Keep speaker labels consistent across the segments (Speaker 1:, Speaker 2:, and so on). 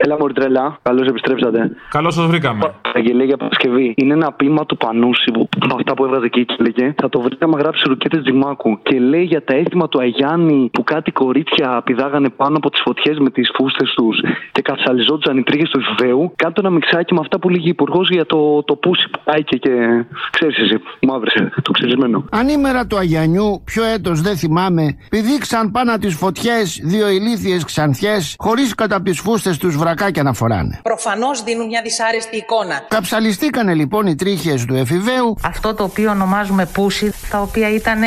Speaker 1: Έλα, Μορτρέλα, καλώς επιστρέψατε.
Speaker 2: Καλώς σας βρήκαμε.
Speaker 1: Αγγελία για Παρασκευή. Είναι ένα ποίημα του Πανούση που από αυτά που έβγαζε εκεί και λέγε Θα το βρείτε άμα γράψει ρουκέτες Τζιμάκου. Και λέει για τα έθιμα του Αγιάννη που κάτι κορίτσια πηδάγανε πάνω από τις φωτιές με τις φούστες τους και καυσαλιζόντουσαν οι τρίχες του Ιβραίου. Κάτω ένα μιξάκι με αυτά που λέγει υπουργός για το, το πούσι που πάει και, και... ξέρεις εσύ, μαύρε, το ξερισμένο.
Speaker 3: Ανήμερα του Αγιανιού, ποιο έτος δεν θυμάμαι, πηδήξαν πάνω τις φωτιές δύο ηλίθιες ξανθιές, χωρίς κατά από τις φούστες τους βρακάκια να φοράνε.
Speaker 4: Προφανώς δίνουν μια δυσάρεστη εικόνα.
Speaker 3: Καψαλιστήκανε λοιπόν οι τρίχες του εφηβαίου
Speaker 5: αυτό το οποίο ονομάζουμε πούσι, τα οποία ήταν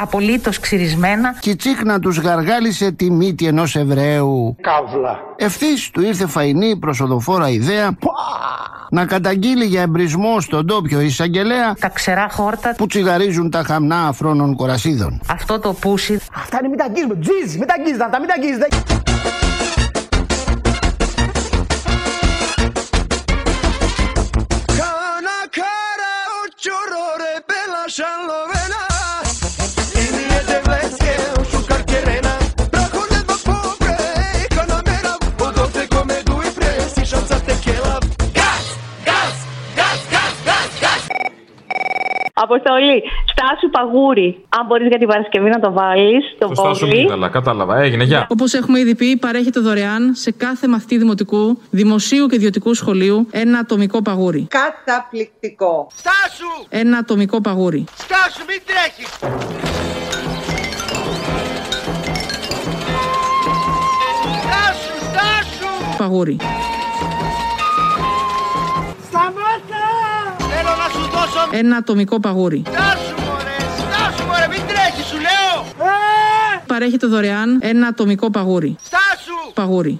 Speaker 5: απολύτως ξυρισμένα.
Speaker 3: και η τσίκνα τους γαργάλισε τη μύτη ενός Εβραίου.
Speaker 6: Καύλα.
Speaker 3: Ευθύς του ήρθε φαϊνή προσοδοφόρα ιδέα να καταγγείλει για εμπρισμό στον τόπιο εισαγγελέα
Speaker 5: Τα ξερά χόρτα,
Speaker 3: που τσιγαρίζουν τα χαμνά αφρόνων κορασίδων.
Speaker 5: αυτό το πούσι,
Speaker 6: Αυτά είναι μην τα αγγίζουμε. Τζιζ, μην τα αγγίζετε αυτά, μην τα αγγίζετε.
Speaker 7: Κάνα κάρα οcho rore πέλασαν λοβένα Ιδιέτε βλέσκε σου καρκερένα Πραχόλε το πόβρε έκανα μέρα Οδότε κομε δουι πρέσι σανσα τεκέλα Γκάς, γκάς, γκάς, γκάς, γκάς, γκάς
Speaker 8: Αποστολή, στάσου παγούρι. Αν μπορείς για την Παρασκευή να το βάλεις, το
Speaker 2: Το στάσου
Speaker 8: βόλι.
Speaker 2: Μίταλα. Κατάλαβα. Έγινε. Γεια.
Speaker 9: Όπως έχουμε ήδη πει, παρέχεται δωρεάν σε κάθε μαθητή δημοτικού, δημοσίου και ιδιωτικού σχολείου ένα ατομικό παγούρι.
Speaker 4: Καταπληκτικό.
Speaker 7: Στάσου,
Speaker 9: Ένα ατομικό παγούρι.
Speaker 7: στάσου μην τρέχεις Στάσου, στάσου
Speaker 9: Παγούρι.
Speaker 7: Θέλω να σου δώσω
Speaker 9: Ένα ατομικό παγούρι.
Speaker 7: Στάσου μωρέ, στάσου μωρέ, μην τρέχεις σου λέω
Speaker 9: Παρέχεται δωρεάν ένα ατομικό παγούρι.
Speaker 7: Στάσου
Speaker 9: Παγούρι.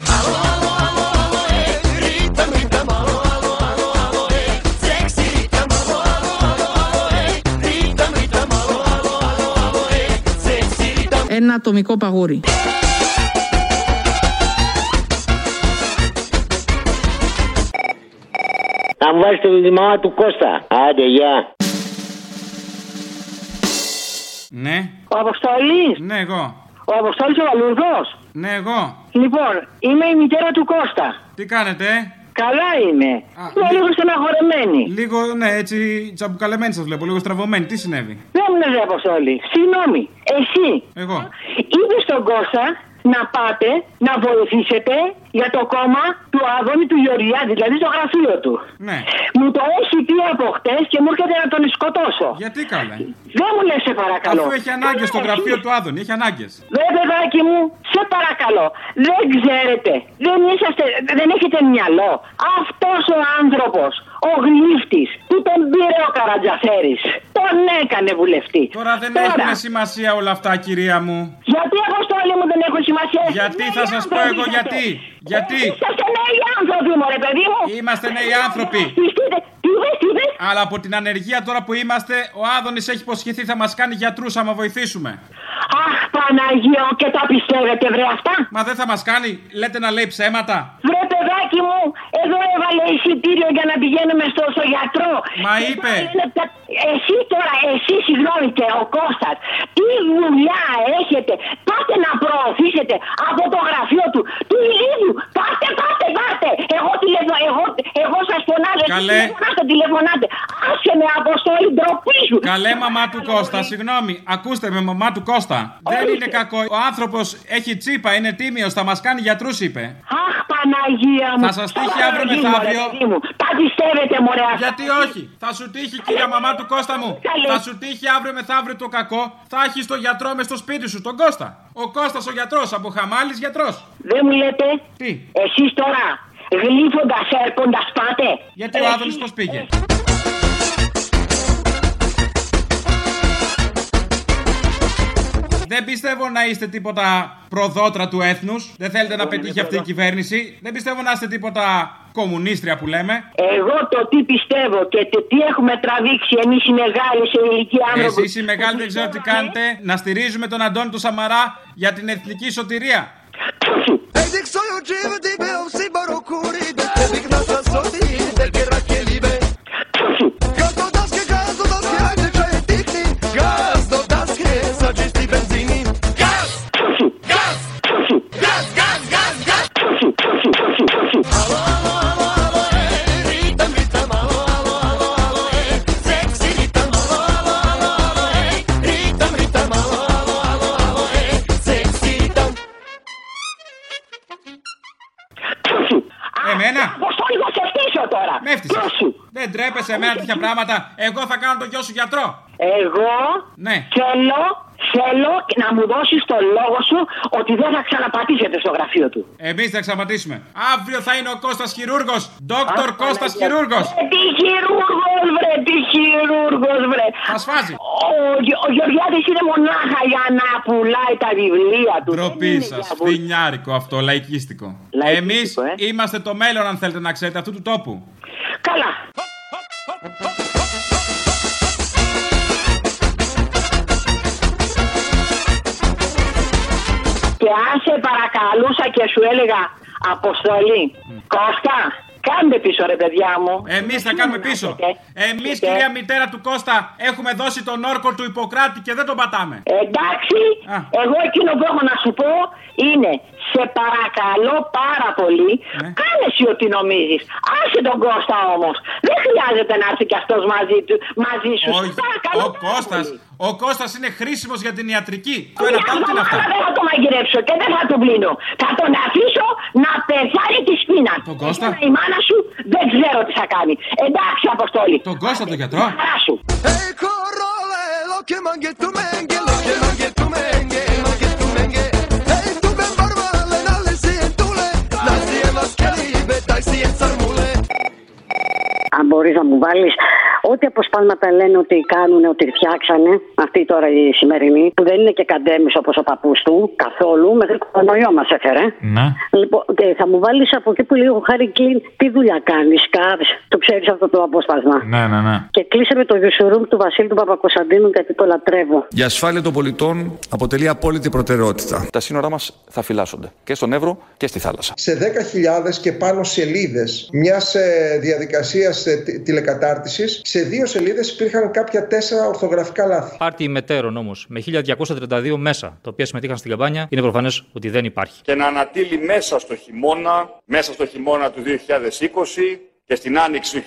Speaker 9: Ένα ατομικό παγούρι.
Speaker 10: Να μου βάλεις τη μαμά του Κώστα. Άντε, γεια.
Speaker 2: Ναι.
Speaker 10: Ο Αποστολής.
Speaker 2: Ναι, εγώ.
Speaker 10: Ο Αποστολής ο Βαλουρδός.
Speaker 2: Ναι, εγώ.
Speaker 10: Λοιπόν, είμαι η μητέρα του Κώστα.
Speaker 2: Τι κάνετε, ε?
Speaker 10: Καλά είμαι.
Speaker 2: Α,
Speaker 10: είμαι
Speaker 2: ναι.
Speaker 10: λίγο στεναχωρεμένη.
Speaker 2: Λίγο, ναι, έτσι τσαμπουκαλεμένη σας βλέπω, λίγο στραβωμένη. Τι συνέβη,
Speaker 10: Δεν μου λες ρε Αποστολή. Συγγνώμη. Εσύ.
Speaker 2: Εγώ.
Speaker 10: Είπε στον Κώστα να πάτε να βοηθήσετε για το κόμμα του Άδωνη του Γεωργιάδη, δηλαδή στο γραφείο του.
Speaker 2: Ναι.
Speaker 10: Μου το έχει πει από χτες και μου έρχεται να τον σκοτώσω.
Speaker 2: Γιατί καλέ.
Speaker 10: Δεν μου λες σε παρακαλώ.
Speaker 2: Αφού έχει ανάγκες στο
Speaker 10: Ε,
Speaker 2: γραφείο
Speaker 10: εσύ.
Speaker 2: του Άδωνη, έχει ανάγκες.
Speaker 10: Ρε παιδάκι μου, σε παρακαλώ, δεν ξέρετε, δεν, είσαστε, δεν έχετε μυαλό. Αυτός ο άνθρωπος, ο γλύφτης, που τον πήρε ο Καρατζαφέρης, τον έκανε βουλευτή.
Speaker 2: Τώρα δεν έχουν σημασία όλα αυτά, κυρία μου.
Speaker 10: Γιατί εγώ στο όλοι μου δεν έχω σημασία. Εσείς
Speaker 2: Γιατί
Speaker 10: νέοι
Speaker 2: θα σας πω
Speaker 10: άνθρωποι
Speaker 2: εγώ
Speaker 10: είσαστε.
Speaker 2: γιατί. Γιατί.
Speaker 10: Εσείς Είσαστε νέοι άνθρωποι, μωρέ παιδί μου.
Speaker 2: Είμαστε νέοι άνθρωποι.
Speaker 10: Βασιστείτε. Τι είπες, τι είπες.
Speaker 2: Αλλά από την ανεργία τώρα που είμαστε, ο Άδωνης έχει υποσχεθεί θα μας κάνει γιατρούς άμα βοηθήσουμε.
Speaker 10: Αχ, Παναγία, και τα πιστεύετε, βρε αυτά.
Speaker 2: Μα δεν θα μας κάνει, λέτε να λέει ψέματα.
Speaker 10: Βρε παιδάκι μου, εδώ έβαλε εισιτήριο για να πηγαίνουμε στο, στο γιατρό.
Speaker 2: Μα
Speaker 10: Και
Speaker 2: είπε.
Speaker 10: τώρα λένε τα- Εσύ τώρα, εσύ συγγνώμη και ο Κώστας, τι δουλειά έχετε, πάτε να προωθήσετε από το γραφείο του, του Ηλίου, πάτε, πάτε, πάτε. Εγώ, τηλεφω, εγώ, εγώ σας φωνάζω, εσείς
Speaker 2: Καλέ.
Speaker 10: τηλεφωνάτε, τηλεφωνάτε. Άσε με αποστολή, ντροπή σου.
Speaker 2: Καλέ μαμά του Κώστα, συγγνώμη, ακούστε με μαμά του Κώστα. Δεν είναι κακό. Ο άνθρωπος έχει τσίπα, είναι τίμιος, θα μας κάνει γιατρούς, είπε.
Speaker 10: Αχ, Παναγία μου.
Speaker 2: Θα σας τύχει
Speaker 10: Παναγία
Speaker 2: αύριο
Speaker 10: μου, ρε
Speaker 2: μεθαύριο.
Speaker 10: παιδί μου. Τα πιστεύετε, μωρέ. αυτά.
Speaker 2: Γιατί όχι, θα σου τύχει κυρία μαμά του Κώστα μου.
Speaker 10: Καλέ.
Speaker 2: Θα σου τύχει αύριο μεθαύριο το κακό, θα έχεις το γιατρό μες στο σπίτι σου, τον Κώστα. Ο Κώστας ο γιατρός, από χαμάλης γιατρός.
Speaker 10: Δεν μου λέτε.
Speaker 2: Τι?
Speaker 10: Εσείς τώρα γλύφοντας έρχοντας πάτε.
Speaker 2: Γιατί ο
Speaker 10: Εσείς-
Speaker 2: Άδωνης πώς πήγε. Δεν πιστεύω να είστε τίποτα προδότρα του έθνους. Δεν θέλετε να πετύχει αυτή η κυβέρνηση. Δεν πιστεύω να είστε τίποτα κομμουνίστρια που λέμε.
Speaker 10: Εγώ το τι πιστεύω και το τι έχουμε τραβήξει εμείς οι μεγάλοι σε ηλικία άνθρωποι.
Speaker 2: Εσεί οι μεγάλοι δεν ξέρω τι κάνετε. Να στηρίζουμε τον Αντώνη του Σαμαρά για την εθνική σωτηρία.
Speaker 7: Έδειξ' όλο τζίβι με όσοι παροκούριδε Δεν πήγνα στα σώτη, δεν κερά και λίβε Gazdodaz ke, gazdodaz ke, ajde čaje tikni Gazdodaz ke, sa čisti benzini Gaz, gaz, gaz, gaz, gaz, gaz
Speaker 2: εμένα.
Speaker 10: Αποστόλη, θα σε φτύσω τώρα.
Speaker 2: Ε, Με έφτιαξε. Δεν τρέπεσαι εμένα τέτοια πράγματα. Εγώ θα κάνω τον γιο σου γιατρό.
Speaker 10: Εγώ
Speaker 2: Ναι.
Speaker 10: θέλω, θέλω να μου δώσεις το λόγο σου ότι δεν θα ξαναπατήσετε στο γραφείο του.
Speaker 2: Εμείς θα σταματήσουμε. Αύριο θα είναι ο Κώστας χειρούργος. Δόκτωρ Κώστας χειρούργος.
Speaker 10: Ε, Τι χειρούργος βρε, τι χειρούργος βρε.
Speaker 2: Μας φάζει.
Speaker 10: Ο, Γε- ο Γεωργιάδης είναι μονάχα για να πουλάει τα βιβλία του.
Speaker 2: Ντροπή σα. Φθινιάρικο αυτό, λαϊκίστικο. Εμεί είμαστε το μέλλον, αν θέλετε να ξέρετε, αυτού του τόπου.
Speaker 10: Καλά. Και αν σε παρακαλούσα και σου έλεγα Αποστολή, Κώστα, κάντε πίσω ρε παιδιά μου.
Speaker 2: Εμείς θα κάνουμε πίσω. Εμεί, κυρία μητέρα του Κώστα, έχουμε δώσει τον όρκο του Ιπποκράτη και δεν τον πατάμε.
Speaker 10: Εντάξει, εγώ εκείνο που έχω να σου πω είναι σε παρακαλώ πάρα πολύ,
Speaker 2: Ναι.
Speaker 10: κάνε εσύ ό,τι νομίζεις. Άσε τον Κώστα όμως. Δεν χρειάζεται να έρθει κι αυτός μαζί, του, μαζί σου.
Speaker 2: Ο, ο Κώστας, ο Κώστας είναι χρήσιμος για την ιατρική. Το
Speaker 10: Ε,
Speaker 2: ένα απ' το άλλο τι είναι αυτό.
Speaker 10: Αλλά δεν θα το μαγειρέψω και δεν θα τον πλύνω. Θα τον αφήσω να πεθάνει της σπίνα. Τον
Speaker 2: Κώστα?
Speaker 10: Η μάνα σου δεν ξέρω τι θα κάνει. Εντάξει, Αποστόλη.
Speaker 2: Τον Κώστα τον γιατρό.
Speaker 10: Χαρά σου.
Speaker 7: Lo que mangue tu mengue, lo que mangue tu mengue, mangue tu mengue. Hey, tu ben barbale, dale si en tule, la si en las caribe, taxi en sarmule.
Speaker 11: Αν μπορείς να μου βάλεις ό,τι αποσπάσματα λένε ότι κάνουν, ότι φτιάξανε, αυτή τώρα η σημερινή, που δεν είναι και καντέμις όπως ο παππούς του καθόλου, μέχρι κορονοϊό μας έφερε.
Speaker 2: Να.
Speaker 11: Λοιπόν, ε, θα μου βάλεις από εκεί που λέει ο Χάρη Κλίν, τι δουλειά κάνεις, Κάβ, το ξέρεις αυτό το απόσπασμα.
Speaker 2: Ναι, ναι, ναι.
Speaker 11: Και κλείσε με το Γιουσουρούμ του Βασίλη του Παπακοσταντίνου, γιατί το λατρεύω.
Speaker 12: Η ασφάλεια των πολιτών αποτελεί απόλυτη προτεραιότητα. Τα σύνορά μας θα φυλάσσονται και στον Εύρο και στη θάλασσα.
Speaker 13: σε 10.000 και πάνω σελίδες μιας ε, διαδικασίας ε, τε- τηλεκατάρτισης, σε δύο σελίδες υπήρχαν κάποια τέσσερα ορθογραφικά λάθη.
Speaker 14: Πάρτι μετέρων όμως με 1232 μέσα, τα οποία συμμετείχαν στην καμπάνια, είναι προφανές ότι δεν υπάρχει.
Speaker 15: και να ανατείλει μέσα στο χειμώνα, μέσα στο χειμώνα του 2020 και στην άνοιξη του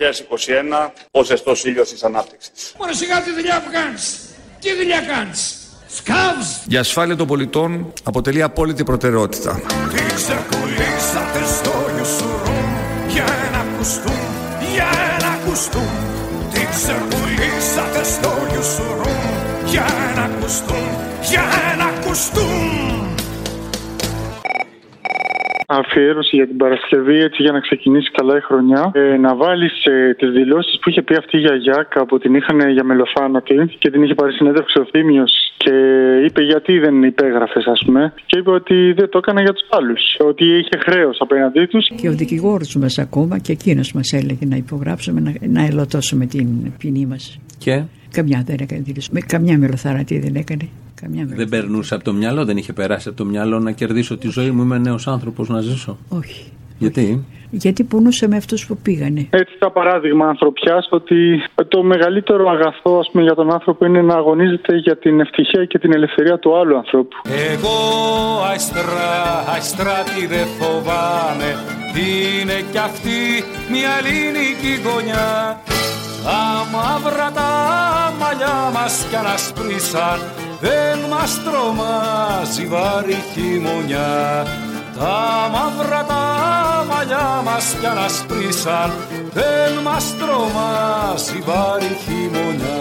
Speaker 15: 2021 ο ζεστός ήλιος της ανάπτυξης.
Speaker 16: Μωρέ σιγά τη δουλειά που κάνεις. Τι δουλειά κάνεις. Σκάβς.
Speaker 12: Η ασφάλεια των πολιτών αποτελεί απόλυτη προτεραιότητα.
Speaker 7: Τι ξεκολλήσατε στο Ιουσουρούμ για να ακουστούν, για να ακουστούν. Τι ξεκολλήσατε στο Ιουσουρούμ για να ακουστούν, για να ακουστούν.
Speaker 17: αφιέρωση για την Παρασκευή, έτσι για να ξεκινήσει καλά η χρονιά. Ε, να βάλεις ε, τις δηλώσεις που είχε πει αυτή η γιαγιά, κάπου την είχαν για μελοθάνατη και την είχε πάρει συνέντευξη ο Θήμιος. Και είπε γιατί δεν υπέγραφες, ας πούμε. Και είπε ότι δεν το έκανε για τους άλλους. Ότι είχε χρέος απέναντί τους.
Speaker 18: Και ο δικηγόρος μας ακόμα και εκείνος μας έλεγε να υπογράψουμε, να, να ελωτώσουμε την ποινή μας.
Speaker 19: Και
Speaker 18: Καμιά δεν έκανε δήλωση. Με, καμιά μελοθαρατή δεν έκανε. Καμιά μελο...
Speaker 19: δεν περνούσε από το μυαλό, δεν είχε περάσει από το μυαλό να κερδίσω τη ζωή μου. Είμαι νέος άνθρωπος να ζήσω.
Speaker 18: Όχι.
Speaker 19: Γιατί.
Speaker 18: Γιατί πονούσε με αυτούς που πήγανε.
Speaker 17: Έτσι, τα παράδειγμα ανθρωπιάς, ότι το μεγαλύτερο αγαθό ας πούμε, για τον άνθρωπο είναι να αγωνίζεται για την ευτυχία και την ελευθερία του άλλου ανθρώπου.
Speaker 20: Εγώ αστρά, αστρά τι δεν φοβάμαι Είναι κι αυτή μια ελληνική γωνιά Τα μαύρα τα μαλλιά μας κι ανασπρίσαν Δεν μας τρομάζει βάρη χειμωνιά Τα μαύρα τα μαλλιά μας κι ανασπρίσαν Δεν μας τρομάζει βάρη χειμωνιά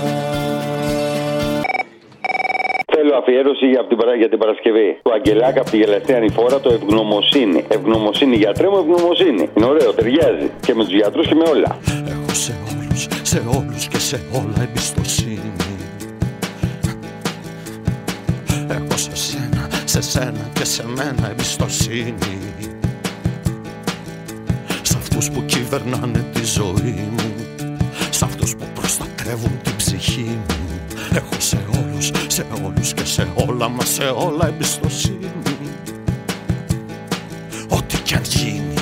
Speaker 21: Θέλω αφιέρωση για την, Παρα- για την Παρασκευή. Του Αγγελάκα από τη γελαστή ανηφόρα το ευγνωμοσύνη. Ευγνωμοσύνη γιατρέ μου, ευγνωμοσύνη. Είναι ωραίο, ταιριάζει. Και με τους γιατρούς και με όλα.
Speaker 7: Έχω σε όλους, σε όλους και σε όλα εμπιστοσύνη Έχω σε σένα, σε σένα και σε μένα εμπιστοσύνη Σ' αυτούς που κυβερνάνε τη ζωή μου Σ' αυτούς που προστατεύουν την ψυχή μου Έχω σε όλους, σε όλους και σε όλα μα σε όλα εμπιστοσύνη Ό,τι κι αν γίνει,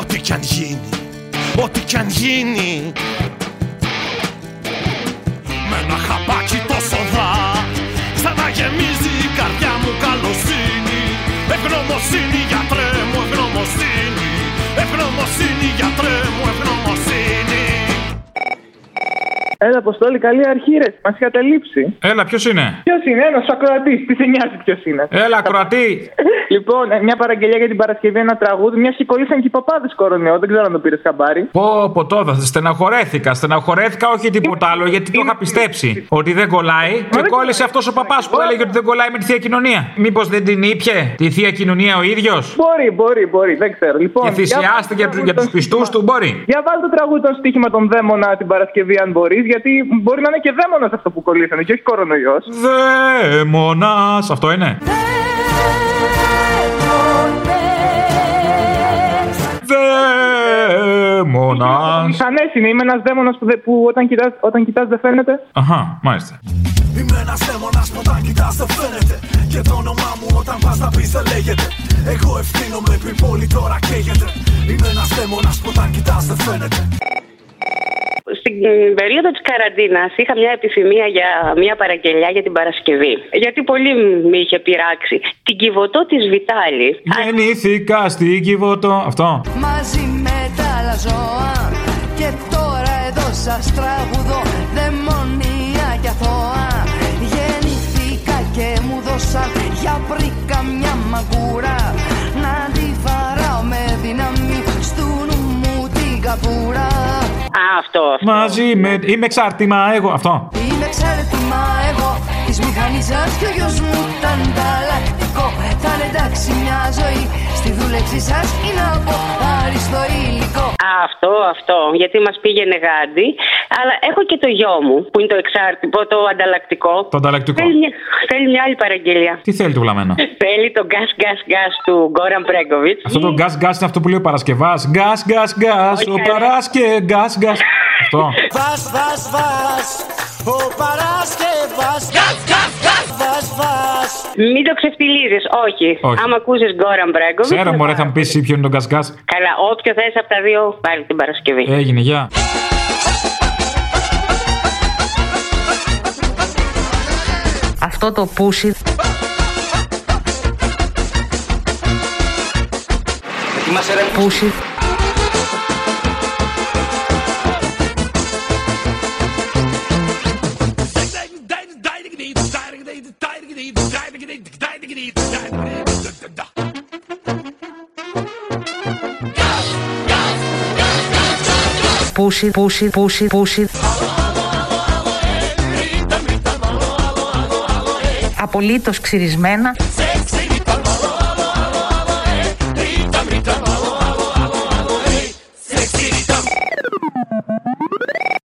Speaker 7: ό,τι κι αν γίνει ό,τι κι αν γίνει. Με ένα χαμπάκι το σοδά, ξαναγεμίζει η καρδιά μου καλοσύνη. Ευγνωμοσύνη για τρέμου, ευγνωμοσύνη. Ευγνωμοσύνη για τρέμου, ευγνωμοσύνη.
Speaker 17: Έλα
Speaker 9: Αποστόλη, καλή αρχή, ρε. Μας είχατε λείψει.
Speaker 2: Έλα, ποιος είναι.
Speaker 9: Ποιος είναι, ένας ακροατής. Τι σε νοιάζει ποιος είναι.
Speaker 2: Έλα, ακροατή.
Speaker 9: λοιπόν, ε, μια παραγγελία για την Παρασκευή, ένα τραγούδι. Μια σηκωλήσαν και οι παπάδες κορονοϊό. Δεν ξέρω αν το πήρες χαμπάρι.
Speaker 2: Πω, πω τώρα, στεναχωρέθηκα. Στεναχωρέθηκα όχι τίποτα άλλο, γιατί το είχα πιστέψει ότι δεν κολλάει. Και κόλλησε αυτός ο παπάς που έλεγε ότι δεν κολλάει με τη θεία κοινωνία. Μήπως δεν την ήπια τη θεία κοινωνία ο ίδιος.
Speaker 9: Μπορεί, μπορεί, μπορεί, δεν ξέρω. Λοιπόν,
Speaker 2: Και θυσιάστηκε
Speaker 9: για-
Speaker 2: για, για τους πιστούς του, μπορεί.
Speaker 9: Για βάλ το τραγούδι το στοίχημα των δαίμονα την Παρασκευή, αν μπορείς, γιατί μπορεί να είναι και δαίμονας αυτό που κολλήσανε και όχι κορονοϊός.
Speaker 2: Δαίμονας, αυτό είναι. Δαίμονας.
Speaker 9: Μηχανέ είναι, είμαι ένας δαίμονας που, δε- που, όταν κοιτάς όταν κοιτάς δεν φαίνεται.
Speaker 2: Αχα, μάλιστα.
Speaker 7: Είμαι ένας δαίμονας που όταν κοιτάς δεν φαίνεται Και το όνομά μου όταν πας να πεις δεν λέγεται Εγώ ευθύνομαι επί πόλη τώρα καίγεται Είμαι ένας δαίμονας που όταν κοιτάς δεν φαίνεται
Speaker 10: Στην περίοδο της καραντίνας είχα μια επιθυμία για μια παραγγελιά για την Παρασκευή. Γιατί πολύ με είχε πειράξει. Την κυβωτό της Βιτάλης.
Speaker 2: Ε, Γεννήθηκα στην Κιβωτό. Αυτό.
Speaker 22: Μαζί με τα άλλα ζώα Και τώρα εδώ σας τραγουδώ Δαιμονία και αθώα Γεννήθηκα και μου δώσαν Για βρήκα μια μαγκούρα Να τη βαράω με δύναμη Στου νου μου την καβούρα
Speaker 10: αυτό.
Speaker 2: Μαζί με. Είμαι εξάρτημα, εγώ. Αυτό.
Speaker 22: Είμαι εξαρτημά εγώ Της μηχανής σας και ο γιος μου τα ανταλλακτικό Θα είναι εντάξει μια ζωή Στη δούλεψη σας είναι από άριστο υλικό
Speaker 10: Αυτό, αυτό. Γιατί μας πήγαινε γάντι. Αλλά έχω και το γιο μου που είναι το εξάρτητο, το ανταλλακτικό.
Speaker 2: Το ανταλλακτικό.
Speaker 10: Θέλει μια, θέλει μια άλλη παραγγελία.
Speaker 2: Τι θέλει το βλαμμένο.
Speaker 10: Θέλει το gas gas gas του Γκόραν Μπρέγκοβιτ.
Speaker 2: Αυτό το γκάς γκάς είναι αυτό που λέει ο Παρασκευάς. Γκάς γκάς γκάς, ο Παράσκε γκάς γκάς. Αυτό.
Speaker 22: Βας, βας, βας, ο Παρασκευάς Γας, γας, γας, βας, βας
Speaker 10: Μην το ξεφτιλίζεις, όχι.
Speaker 2: Όχι.
Speaker 10: Άμα ακούσεις Γκόραν Μπρέγκοβιτ.
Speaker 2: Ξέρω, μωρέ, θα μου πεις ποιο είναι το γκάς γκάς.
Speaker 10: Καλά, όποιο θες από τα δύο πάλι την Παρασκευή.
Speaker 2: Έγινε, γεια.
Speaker 23: Αυτό το πούσι. Πούσι. Πούσι, πούσι, πούσι, πούσι. Απολύτως ξυρισμένα.
Speaker 22: Σεξ,